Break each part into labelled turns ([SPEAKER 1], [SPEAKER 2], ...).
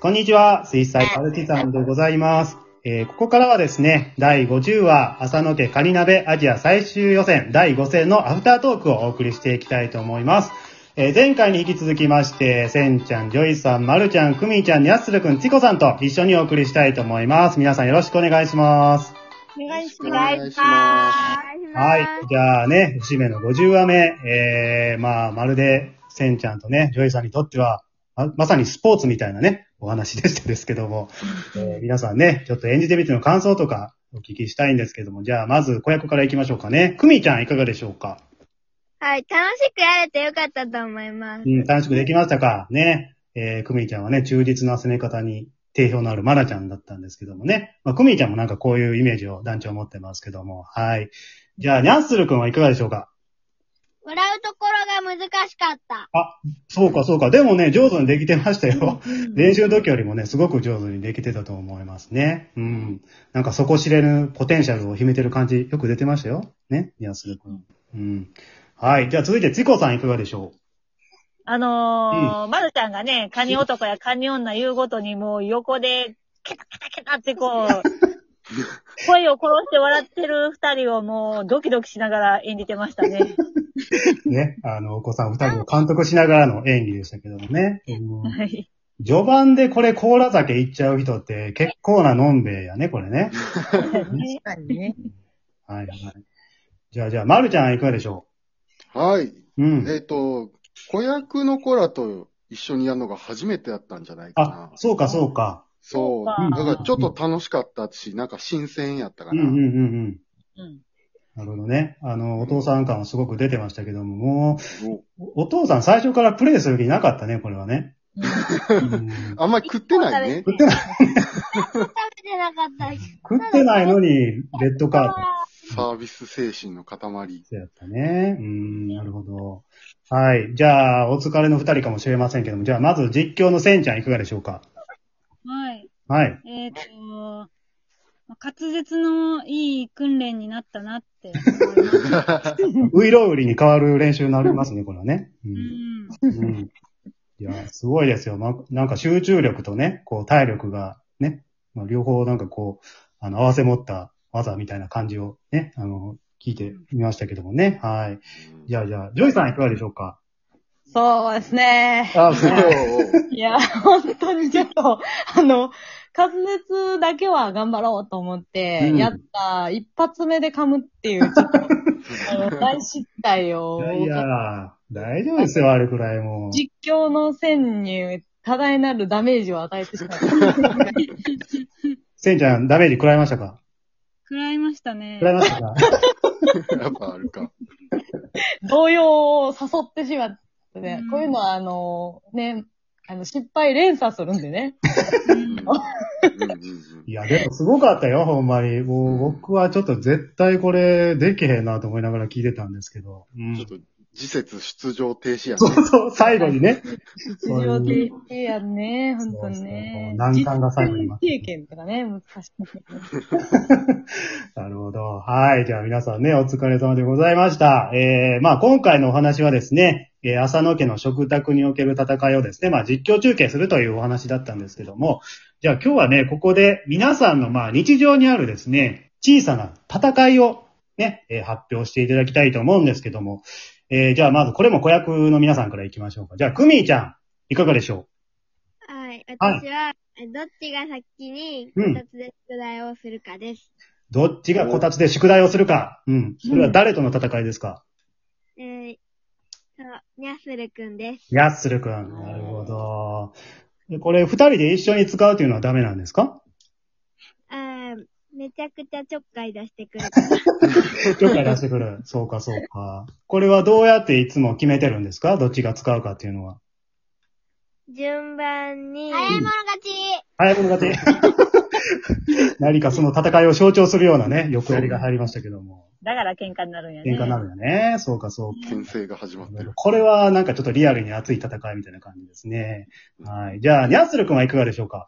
[SPEAKER 1] こんにちは、水彩パルチザンでございます。えーここからはですね、第50話、浅野家カニ鍋アジア最終予選第5戦のアフタートークをお送りしていきたいと思います。えー前回に引き続きまして、せんちゃん、ジョイさん、まるちゃん、くみちゃん、にゃっするくん、ちこさんと一緒にお送りしたいと思います。皆さんよろしくお願いします。
[SPEAKER 2] お願いし
[SPEAKER 3] お
[SPEAKER 2] ま
[SPEAKER 3] 願いしま
[SPEAKER 1] はい。じゃあね、節目の50話目、えー、まあ、まるで、せんちゃんとね、ジョイさんにとっては、ままさにスポーツみたいなね、お話でしたですけども、えー皆さんね、ちょっと演じてみての感想とかお聞きしたいんですけども、じゃあまず子役からいきましょうかね。くみちゃんいかがでしょうか
[SPEAKER 2] す。はい、楽しくやれてよかったと思います。
[SPEAKER 1] うん、楽しくできましたかね。えー、くみちゃんはね、忠実な攻め方に定評のあるマナちゃんだったんですけどもね。まあ、くみちゃんもなんかこういうイメージを団長持ってますけども、はい。じゃあ、ニャンスル君はいかがでしょうか
[SPEAKER 2] 笑うところが難しかった。
[SPEAKER 1] そうか、そうか。でもね、上手にできてましたよ。練習の時よりもね、すごく上手にできてたと思いますね。うん。なんか底知れぬポテンシャルを秘めてる感じ、よく出てましたよ。ね、宮須君。うん。はい。じゃあ続いて、ついこさんいかがでしょ
[SPEAKER 3] あのー、まるちゃんがね、カニ男やカニ女言うごとにもう横で、ケタケタケタってこう、声を殺して笑ってる二人をもうドキドキしながら演じてましたね。
[SPEAKER 1] うね。あの、お子さん二人を監督しながらの演技でしたけどもね。うん
[SPEAKER 3] はい。
[SPEAKER 1] 序盤でこれ甲羅酒いっちゃう人って結構なのんべえやね、これね。
[SPEAKER 3] かにね。
[SPEAKER 1] はい、はい。じゃあ、じゃあ、まるちゃんいかがでしょ
[SPEAKER 3] す。はい。
[SPEAKER 1] うう
[SPEAKER 3] えっ
[SPEAKER 1] ん。、
[SPEAKER 3] と、子役の子らと一緒にやるのが初めてだったんじゃないか
[SPEAKER 1] あ
[SPEAKER 3] な、。
[SPEAKER 1] そうか、そうか。
[SPEAKER 3] そう。
[SPEAKER 1] う
[SPEAKER 3] だ
[SPEAKER 1] ん
[SPEAKER 3] からちょっと楽しかったし、なんか新鮮やったか
[SPEAKER 1] うん
[SPEAKER 3] な。
[SPEAKER 1] うんうんうん。
[SPEAKER 3] うん。
[SPEAKER 1] なるほどね。あの、お父さん感はすごく出てましたけども、も
[SPEAKER 3] お
[SPEAKER 1] う、おお父さん最初からプレイする気なかったね、これはね。うん
[SPEAKER 3] あんまり食ってないね。
[SPEAKER 2] 食べてなかった。
[SPEAKER 1] 食ってないのに、レッドカード
[SPEAKER 3] サービス精神の塊。
[SPEAKER 1] そうやったね。うん、なるほど。はい。じゃあ、お疲れの二人かもしれませんけども、じゃあ、まず実況のせんちゃんいかがでしょうか
[SPEAKER 4] はい。
[SPEAKER 1] はい。
[SPEAKER 4] えっ、と、まあ滑舌のいい訓練になったなって思います。
[SPEAKER 1] ういろうりに変わる練習になりますね、これはね。う。
[SPEAKER 4] うんん。
[SPEAKER 1] うん、いや、すごいですよ。ま、なんか集中力とね、こう、体力がね、まあ、両方なんかこう、あの、合わせ持った技みたいな感じをね、あの、聞いてみましたけどもね。はい。じゃあ、じゃあ、ジョイさんいかがでしょうか
[SPEAKER 5] そうですね。
[SPEAKER 1] あ、
[SPEAKER 3] そう。
[SPEAKER 5] いや、本当にちょっと、あの、滑舌だけは頑張ろうと思って、
[SPEAKER 1] うん
[SPEAKER 5] やった一発目で噛むっていう、ちょっと、あの大失態を
[SPEAKER 1] い、やいや、大丈夫ですよ、あれくらいもう。
[SPEAKER 5] 実況の線に多大なるダメージを与えてしまった。
[SPEAKER 1] センちゃん、ダメージ食らいましたか
[SPEAKER 4] 食らいましたね
[SPEAKER 1] 食。らいましたか
[SPEAKER 3] やっぱあるか。
[SPEAKER 5] 動揺を誘ってしまってね、
[SPEAKER 4] うん
[SPEAKER 5] こういうのは、あの、ね、あの、失敗連鎖するんでね。
[SPEAKER 4] うん
[SPEAKER 3] うんうんうん
[SPEAKER 1] いや、でもすごかったよ、ほんまに。もう、僕はちょっと絶対これ、できへんなと思いながら聞いてたんですけど。うん
[SPEAKER 3] ちょっと、次節出場停止や
[SPEAKER 1] そ
[SPEAKER 3] ね。
[SPEAKER 1] うそう、 最後にね。
[SPEAKER 5] 日常的やね、本当にね。
[SPEAKER 1] そうそうそう難関が最後に待
[SPEAKER 5] 実践経験とかね、難しい。
[SPEAKER 1] なるほど。はい。じゃあ皆さんね、お疲れ様でございました。えー、まあ今回のお話はですね、えー、浅野家の食卓における戦いをですね、まあ実況中継するというお話だったんですけども、じゃあ今日はね、ここで皆さんのまあ日常にあるですね、小さな戦いをね、えー発表していただきたいと思うんですけども、えー、じゃあまずこれも子役の皆さんからいきましょうか。じゃあ、くみーちゃん、いかがでしょ
[SPEAKER 2] はい、私は、どっちが先に、
[SPEAKER 1] うん
[SPEAKER 2] 二つで宿題をするかです。
[SPEAKER 1] うどっちがこたつで宿題をするかうん。それは誰との戦いですか、
[SPEAKER 2] えー、そう、にゃするくんです。
[SPEAKER 1] ヤッスルくん。なるほど。でこれ、二人で一緒に使うというのはダメなんですか
[SPEAKER 2] あーめちゃくちゃちょっかい出してくるから。
[SPEAKER 1] 了解出してくる。そうか、そうか。これはどうやっていつも決めてるんですかどっちが使うかっていうのは。
[SPEAKER 2] 順番に、
[SPEAKER 1] い者
[SPEAKER 2] 勝ち
[SPEAKER 1] 早い者勝ち。何かその戦いを象徴するようなね、横やりが入りましたけども。
[SPEAKER 6] だから喧嘩になるんやね。
[SPEAKER 1] 喧嘩になるよね。そうか、そうか。
[SPEAKER 3] 牽制が始まってる。
[SPEAKER 1] これはなんかちょっとリアルに熱い戦いみたいな感じですね。はい。じゃあ、ヤッスルくんはいかがでしょうか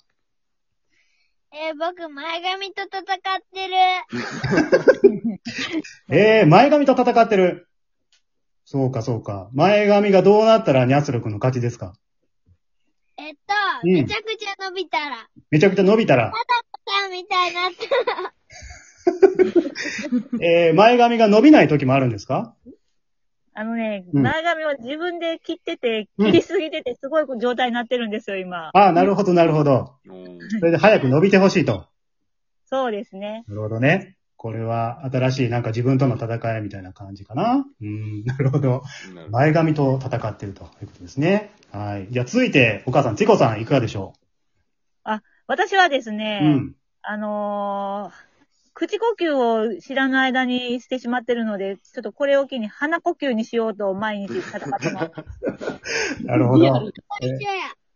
[SPEAKER 2] え僕、前髪と戦ってる。
[SPEAKER 1] えー、前髪と戦ってる。そうか、そうか。前髪がどうなったらニャスル君の勝ちですか
[SPEAKER 2] えっと、
[SPEAKER 1] うん
[SPEAKER 2] めちゃくちゃ伸びたら、
[SPEAKER 1] めちゃくちゃ伸びたら、
[SPEAKER 2] さんみたいになって、
[SPEAKER 1] えー、前髪が伸びない時もあるんですか
[SPEAKER 3] あのね、
[SPEAKER 1] うん
[SPEAKER 3] 前髪を自分で切ってて、
[SPEAKER 1] うん
[SPEAKER 3] 切りすぎてて、すごい状態になってるんですよ、今。
[SPEAKER 1] ああ、なるほど、なるほど。
[SPEAKER 6] うん
[SPEAKER 1] それで早く伸びてほしいと。
[SPEAKER 3] そうですね。
[SPEAKER 1] なるほどね。これは新しいなんか自分との戦いみたいな感じかな。うん、なるほど。
[SPEAKER 6] なるほど
[SPEAKER 1] 前髪と戦っているということですね。はい。じゃあ続いて、お母さん、チコさん、いかがでしょ
[SPEAKER 3] 私はです
[SPEAKER 1] う、
[SPEAKER 3] ね、
[SPEAKER 1] うん。
[SPEAKER 3] あのー口呼吸を知らない間にしてしまってるので、ちょっとこれを機に鼻呼吸にしようと毎日戦って ます。
[SPEAKER 1] なるほ
[SPEAKER 5] リア
[SPEAKER 1] ど
[SPEAKER 5] ル。
[SPEAKER 2] 一緒や。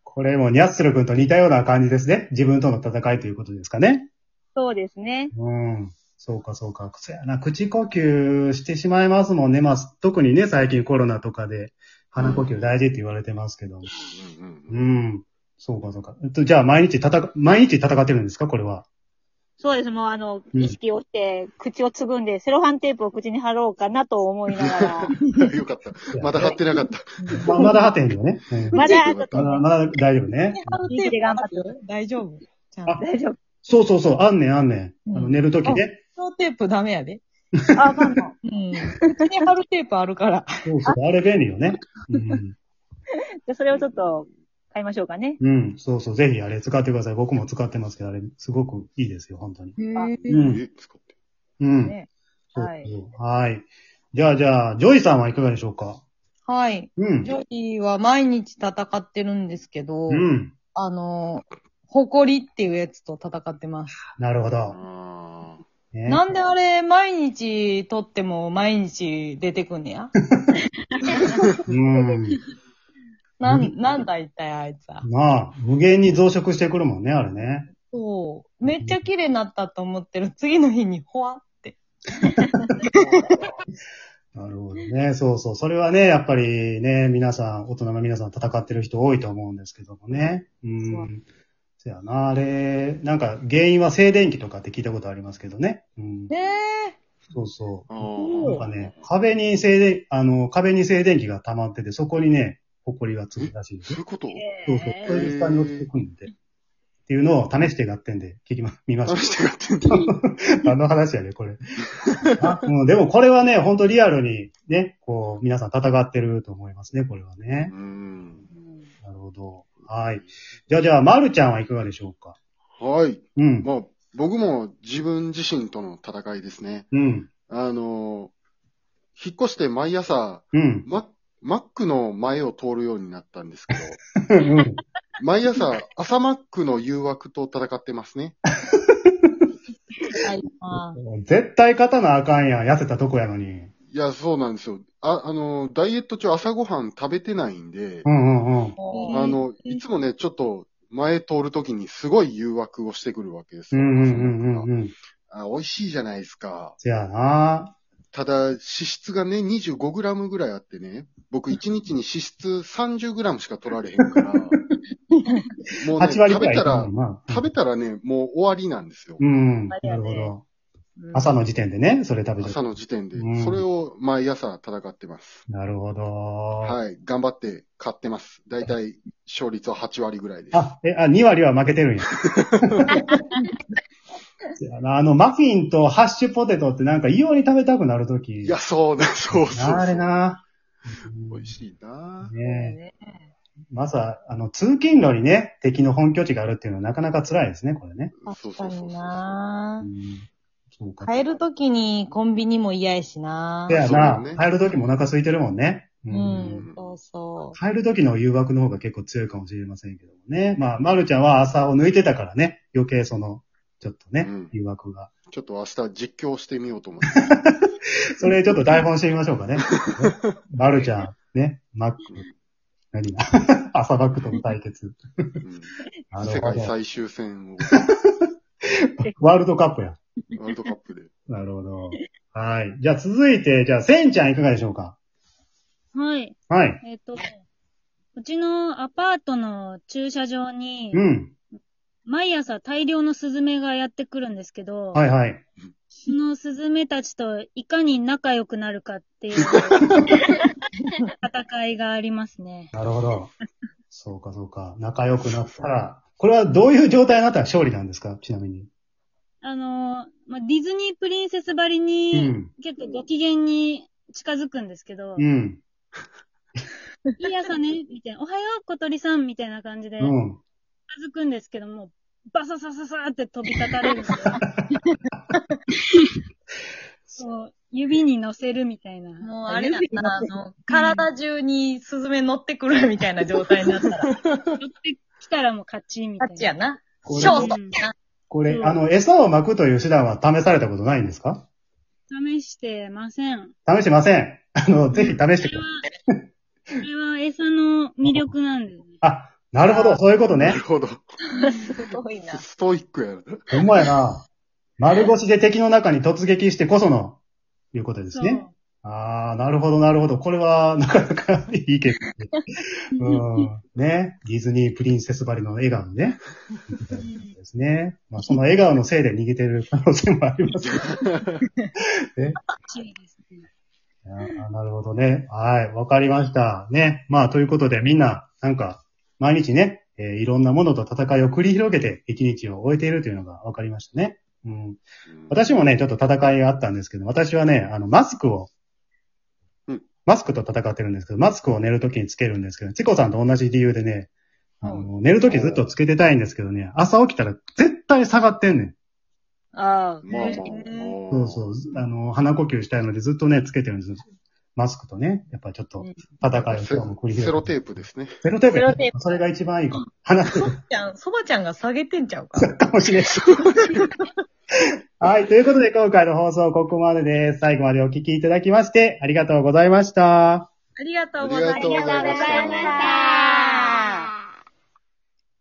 [SPEAKER 1] これもニャッスル君と似たような感じですね。自分との戦いということですかね。
[SPEAKER 3] そうですね。
[SPEAKER 1] うん。そうか、そうか。そやな、口呼吸してしまいますもんね。まあ、特にね、最近コロナとかで、鼻呼吸大事って言われてますけど。
[SPEAKER 6] うんうんうん
[SPEAKER 1] うん。そうか、そうか。えっとじゃあ、毎日戦、毎日戦ってるんですかこれは。
[SPEAKER 3] そうです。もうあの、
[SPEAKER 1] うん
[SPEAKER 3] 意識をして、口をつぐんで、セロハンテープを口に貼ろうかなと思いなが ら。
[SPEAKER 6] よかった。 まだ貼ってなかった。
[SPEAKER 1] まあまだ破点だよね。うん
[SPEAKER 3] まだ、ちょっと
[SPEAKER 1] まだ、まだ大丈夫ね。
[SPEAKER 3] 生きて頑張って
[SPEAKER 5] 大丈夫ちゃん
[SPEAKER 1] あ
[SPEAKER 5] と。
[SPEAKER 3] 大 丈夫。
[SPEAKER 1] そうそうそう、あんねん、あんねん。あの
[SPEAKER 5] うん
[SPEAKER 1] 寝るときね。
[SPEAKER 5] そのテープダメやで。
[SPEAKER 3] あ、まあまあ。
[SPEAKER 5] うん。口に貼るテープあるから。
[SPEAKER 1] そうそう、あれ便利よね。うん。
[SPEAKER 3] じゃあそれをちょっと、買いましょうかね。
[SPEAKER 1] うん、そうそう、ぜひあれ使ってください。僕も使ってますけど、あれすごくいいですよ、本当に。う。
[SPEAKER 5] うん
[SPEAKER 6] え、使って。
[SPEAKER 1] うん。
[SPEAKER 3] ね
[SPEAKER 1] そう
[SPEAKER 3] はい
[SPEAKER 1] そうはい。じゃあ、じゃあ、ジョイさんはいかがでしょうか
[SPEAKER 5] はい。
[SPEAKER 1] うん
[SPEAKER 5] ジ。ョイは毎日戦ってるんですけど、
[SPEAKER 1] うん。
[SPEAKER 5] あの、誇りっていうやつと戦ってます。
[SPEAKER 1] なるほど。
[SPEAKER 6] あー
[SPEAKER 1] ね
[SPEAKER 5] なんであれ、毎日撮っても毎日出てくんねや
[SPEAKER 1] うん。
[SPEAKER 5] なん、なんだ一体あいつは。
[SPEAKER 1] まあ、無限に増殖してくるもんね、あれね。
[SPEAKER 5] そう。めっちゃ綺麗になったと思ってる次の日にほわって。
[SPEAKER 1] なるほどね。そうそう。それはね、やっぱりね、皆さん、大人の皆さん戦ってる人多いと思うんですけどもね。うん。そやな、あれ、なんか原因は静電気とかって聞いたことありますけどね。うん。
[SPEAKER 5] ええ
[SPEAKER 1] そうそ
[SPEAKER 6] あ
[SPEAKER 1] う。なん
[SPEAKER 6] ー。
[SPEAKER 1] かね、壁に静電、あの、壁に静電気が溜まってて、そこにね、埃がつくらしいです
[SPEAKER 6] そ
[SPEAKER 1] よ。
[SPEAKER 6] ういうこと
[SPEAKER 1] そうそう。
[SPEAKER 3] え
[SPEAKER 1] それで下に落ちてくるんで。っていうのを試してやってんで、聞きま、見ました
[SPEAKER 6] 何。してやってんだ
[SPEAKER 1] 何の話やね、これ。あうん、でもこれはね、本当リアルにね、こう、皆さん戦ってると思いますね、これは
[SPEAKER 6] う
[SPEAKER 1] ね。
[SPEAKER 6] ん。
[SPEAKER 1] なるほど。はい。じゃあ、じゃあ、まるちゃんはいかがでしょうか
[SPEAKER 6] はい。
[SPEAKER 1] うん。
[SPEAKER 6] まあ、僕も自分自身との戦いですね。
[SPEAKER 1] うん。
[SPEAKER 6] あの、引っ越して毎朝、
[SPEAKER 1] うん。
[SPEAKER 6] ママックの前を通るようになったんで すけど、
[SPEAKER 1] うん。
[SPEAKER 6] 毎朝、朝マックの誘惑と戦ってますね。
[SPEAKER 5] ー。はい。あ
[SPEAKER 1] 絶対勝たなあかんやん。痩せたとこやのに。
[SPEAKER 6] いや、そうなんですよ。あ、あの、ダイエット中朝ごはん食べてないんで
[SPEAKER 1] う、んうんうん。
[SPEAKER 5] ー
[SPEAKER 6] あ、の、いつもね、ちょっと前通るときにすごい誘惑をしてくるわけです
[SPEAKER 1] う
[SPEAKER 6] よ。
[SPEAKER 1] んうんうんうんうん。
[SPEAKER 6] あ美味しいじゃないですか。
[SPEAKER 1] せやな
[SPEAKER 6] ただ、脂質がね、25グラムぐらいあってね、僕1日に脂質30グラムしか取られへん から、もうね、
[SPEAKER 1] 8割
[SPEAKER 6] 食
[SPEAKER 1] くら
[SPEAKER 6] べ
[SPEAKER 1] い
[SPEAKER 6] た
[SPEAKER 1] いくも
[SPEAKER 6] ら
[SPEAKER 1] ん、な。
[SPEAKER 6] 食べたらね、もう終わりなんですよ。
[SPEAKER 1] うん。なるほど。朝の時点でね、それ食べちゃ
[SPEAKER 6] 朝
[SPEAKER 1] う。
[SPEAKER 6] の時点で
[SPEAKER 1] うん。
[SPEAKER 6] それを毎朝戦ってます。
[SPEAKER 1] なるほど。
[SPEAKER 6] はい。頑張って買ってます。だいたい勝率は8割ぐらいです。
[SPEAKER 1] あ、え、あ、2割は負けて るんや。せやなあの、マフィンとハッシュポテトってなんか異様に食べたくなるとき。
[SPEAKER 6] いや、そうだ、そうそうそう。
[SPEAKER 1] なあれな。
[SPEAKER 6] 美味しいな
[SPEAKER 1] うんねえまさ、あの、通勤路にね、敵の本拠地があるっていうのはなかなか辛いですね、これね。
[SPEAKER 6] そ
[SPEAKER 5] 確
[SPEAKER 6] うそうそ
[SPEAKER 5] か
[SPEAKER 6] う
[SPEAKER 5] に
[SPEAKER 6] そう。
[SPEAKER 1] う、
[SPEAKER 5] なん
[SPEAKER 1] そうか。
[SPEAKER 5] 帰るときにコンビニも嫌やしな
[SPEAKER 1] せや
[SPEAKER 6] そうだ
[SPEAKER 1] な、
[SPEAKER 6] よね
[SPEAKER 1] 帰るときもお腹空いてるもんね。う
[SPEAKER 5] うんん、そうそう。
[SPEAKER 1] 帰るときの誘惑の方が結構強いかもしれませんけどもね。まあ、まるちゃんは朝を抜いてたからね、余計その、ちょっとね、
[SPEAKER 6] うん
[SPEAKER 1] 誘惑が。
[SPEAKER 6] ちょっと明日実況してみようと思って。
[SPEAKER 1] それちょっと台本してみましょうか ね。まるちゃん、ね、マック、何 朝バックとの対決。
[SPEAKER 6] うん
[SPEAKER 1] な
[SPEAKER 6] 世
[SPEAKER 1] るほ
[SPEAKER 6] 界
[SPEAKER 1] ど。
[SPEAKER 6] 最終 戦を、
[SPEAKER 1] ワールドカップや。
[SPEAKER 6] ワールドカップで。
[SPEAKER 1] なるほど。はい。じゃあ続いて、じゃあ、せんちゃんいかがでしょうか
[SPEAKER 4] はい。
[SPEAKER 1] はい。
[SPEAKER 4] えっ、と、うちのアパートの駐車場に
[SPEAKER 1] う、ん。
[SPEAKER 4] 毎朝大量のスズメがやってくるんですけど、
[SPEAKER 1] はいはい。
[SPEAKER 4] そのスズメたちといかに仲良く なるかっていう戦いがありますね。
[SPEAKER 1] なるほど。そうか、そうか。仲良くなったら、これはどういう状態になったら勝利なんですかちなみに。
[SPEAKER 4] あのー、まあ、ディズニープリンセスばり
[SPEAKER 1] う
[SPEAKER 4] に、
[SPEAKER 1] ん。
[SPEAKER 4] 結構ご機嫌に近づくんですけど、
[SPEAKER 1] う
[SPEAKER 4] い
[SPEAKER 1] ん。
[SPEAKER 4] い朝ね、みたいな、おはよう、小鳥さん、みたいな感じで、近
[SPEAKER 1] うん。
[SPEAKER 4] づくんですけども、バササササって飛び立た れるんでそう、指に乗せるみたいな。
[SPEAKER 5] もうあれだったら、あの、体中にスズメ乗ってくるみたいな状態になったら、
[SPEAKER 4] 寄ってきたらもう勝ち、みたい
[SPEAKER 5] 勝ちやな。
[SPEAKER 1] これ
[SPEAKER 5] シ、ョートや
[SPEAKER 1] これ、あの、餌を巻くという手段は試されたことないんですか
[SPEAKER 4] な。試してません。
[SPEAKER 1] 試してません。あの、ぜひ試してく
[SPEAKER 4] これ
[SPEAKER 1] だ
[SPEAKER 4] は
[SPEAKER 1] さい。、
[SPEAKER 4] これは餌の魅力なんですね。
[SPEAKER 1] あ、なるほど、そういうこと
[SPEAKER 6] な
[SPEAKER 1] ね
[SPEAKER 6] る。ほど。
[SPEAKER 5] な。すごいな。
[SPEAKER 6] ストイックやな。
[SPEAKER 1] ほんまやな。丸腰で敵の中に突撃してこその、いうことです
[SPEAKER 4] そう。
[SPEAKER 1] ね。ああ、なるほど、なるほど。これは、なかなかいい結果で。うん。ね。ディズニープリンセスばりの笑顔ね。ですね。まあ、その笑顔のせいで逃げてる可能性もありますけど。
[SPEAKER 4] 強いですね。
[SPEAKER 1] あーなるほどね。はい。わかりました。ね。まあ、ということで、みんな、なんか、毎日ね、えーいろんなものと戦いを繰り広げて、一日を終えているというのがわかりましたね。うん。 私もね、ちょっと戦いがあったんですけど、私はね、あの、マスクを
[SPEAKER 6] うん、
[SPEAKER 1] マスクと戦ってるんですけど、マスクを寝るときにつけるんですけど、チコさんと同じ理由でね、あの、寝るときずっとつけてたいんですけどね、朝起きたら絶対下がってんねん。
[SPEAKER 3] ああ。
[SPEAKER 6] まあまあ。
[SPEAKER 1] そうそう。あの、鼻呼吸したいのでずっとね、つけてるんです。マスクとね、やっぱちょっと戦いを
[SPEAKER 6] セ
[SPEAKER 1] 今日も繰り広げて
[SPEAKER 6] セロテープですね。
[SPEAKER 1] セロテープや
[SPEAKER 3] セロテープ
[SPEAKER 1] それが一番いいかも。鼻テープ
[SPEAKER 5] そばちゃん、そばちゃんが下げてんちゃうか。
[SPEAKER 1] かもしれん。はい。ということで、今回の放送ここまでです。最後までお聞きいただきまして、ありがとうございました。
[SPEAKER 5] ありがと
[SPEAKER 6] あ
[SPEAKER 5] う
[SPEAKER 6] り
[SPEAKER 5] ご
[SPEAKER 6] が
[SPEAKER 5] ざい
[SPEAKER 6] とうご
[SPEAKER 5] ま
[SPEAKER 6] ざいま
[SPEAKER 5] す。
[SPEAKER 6] した。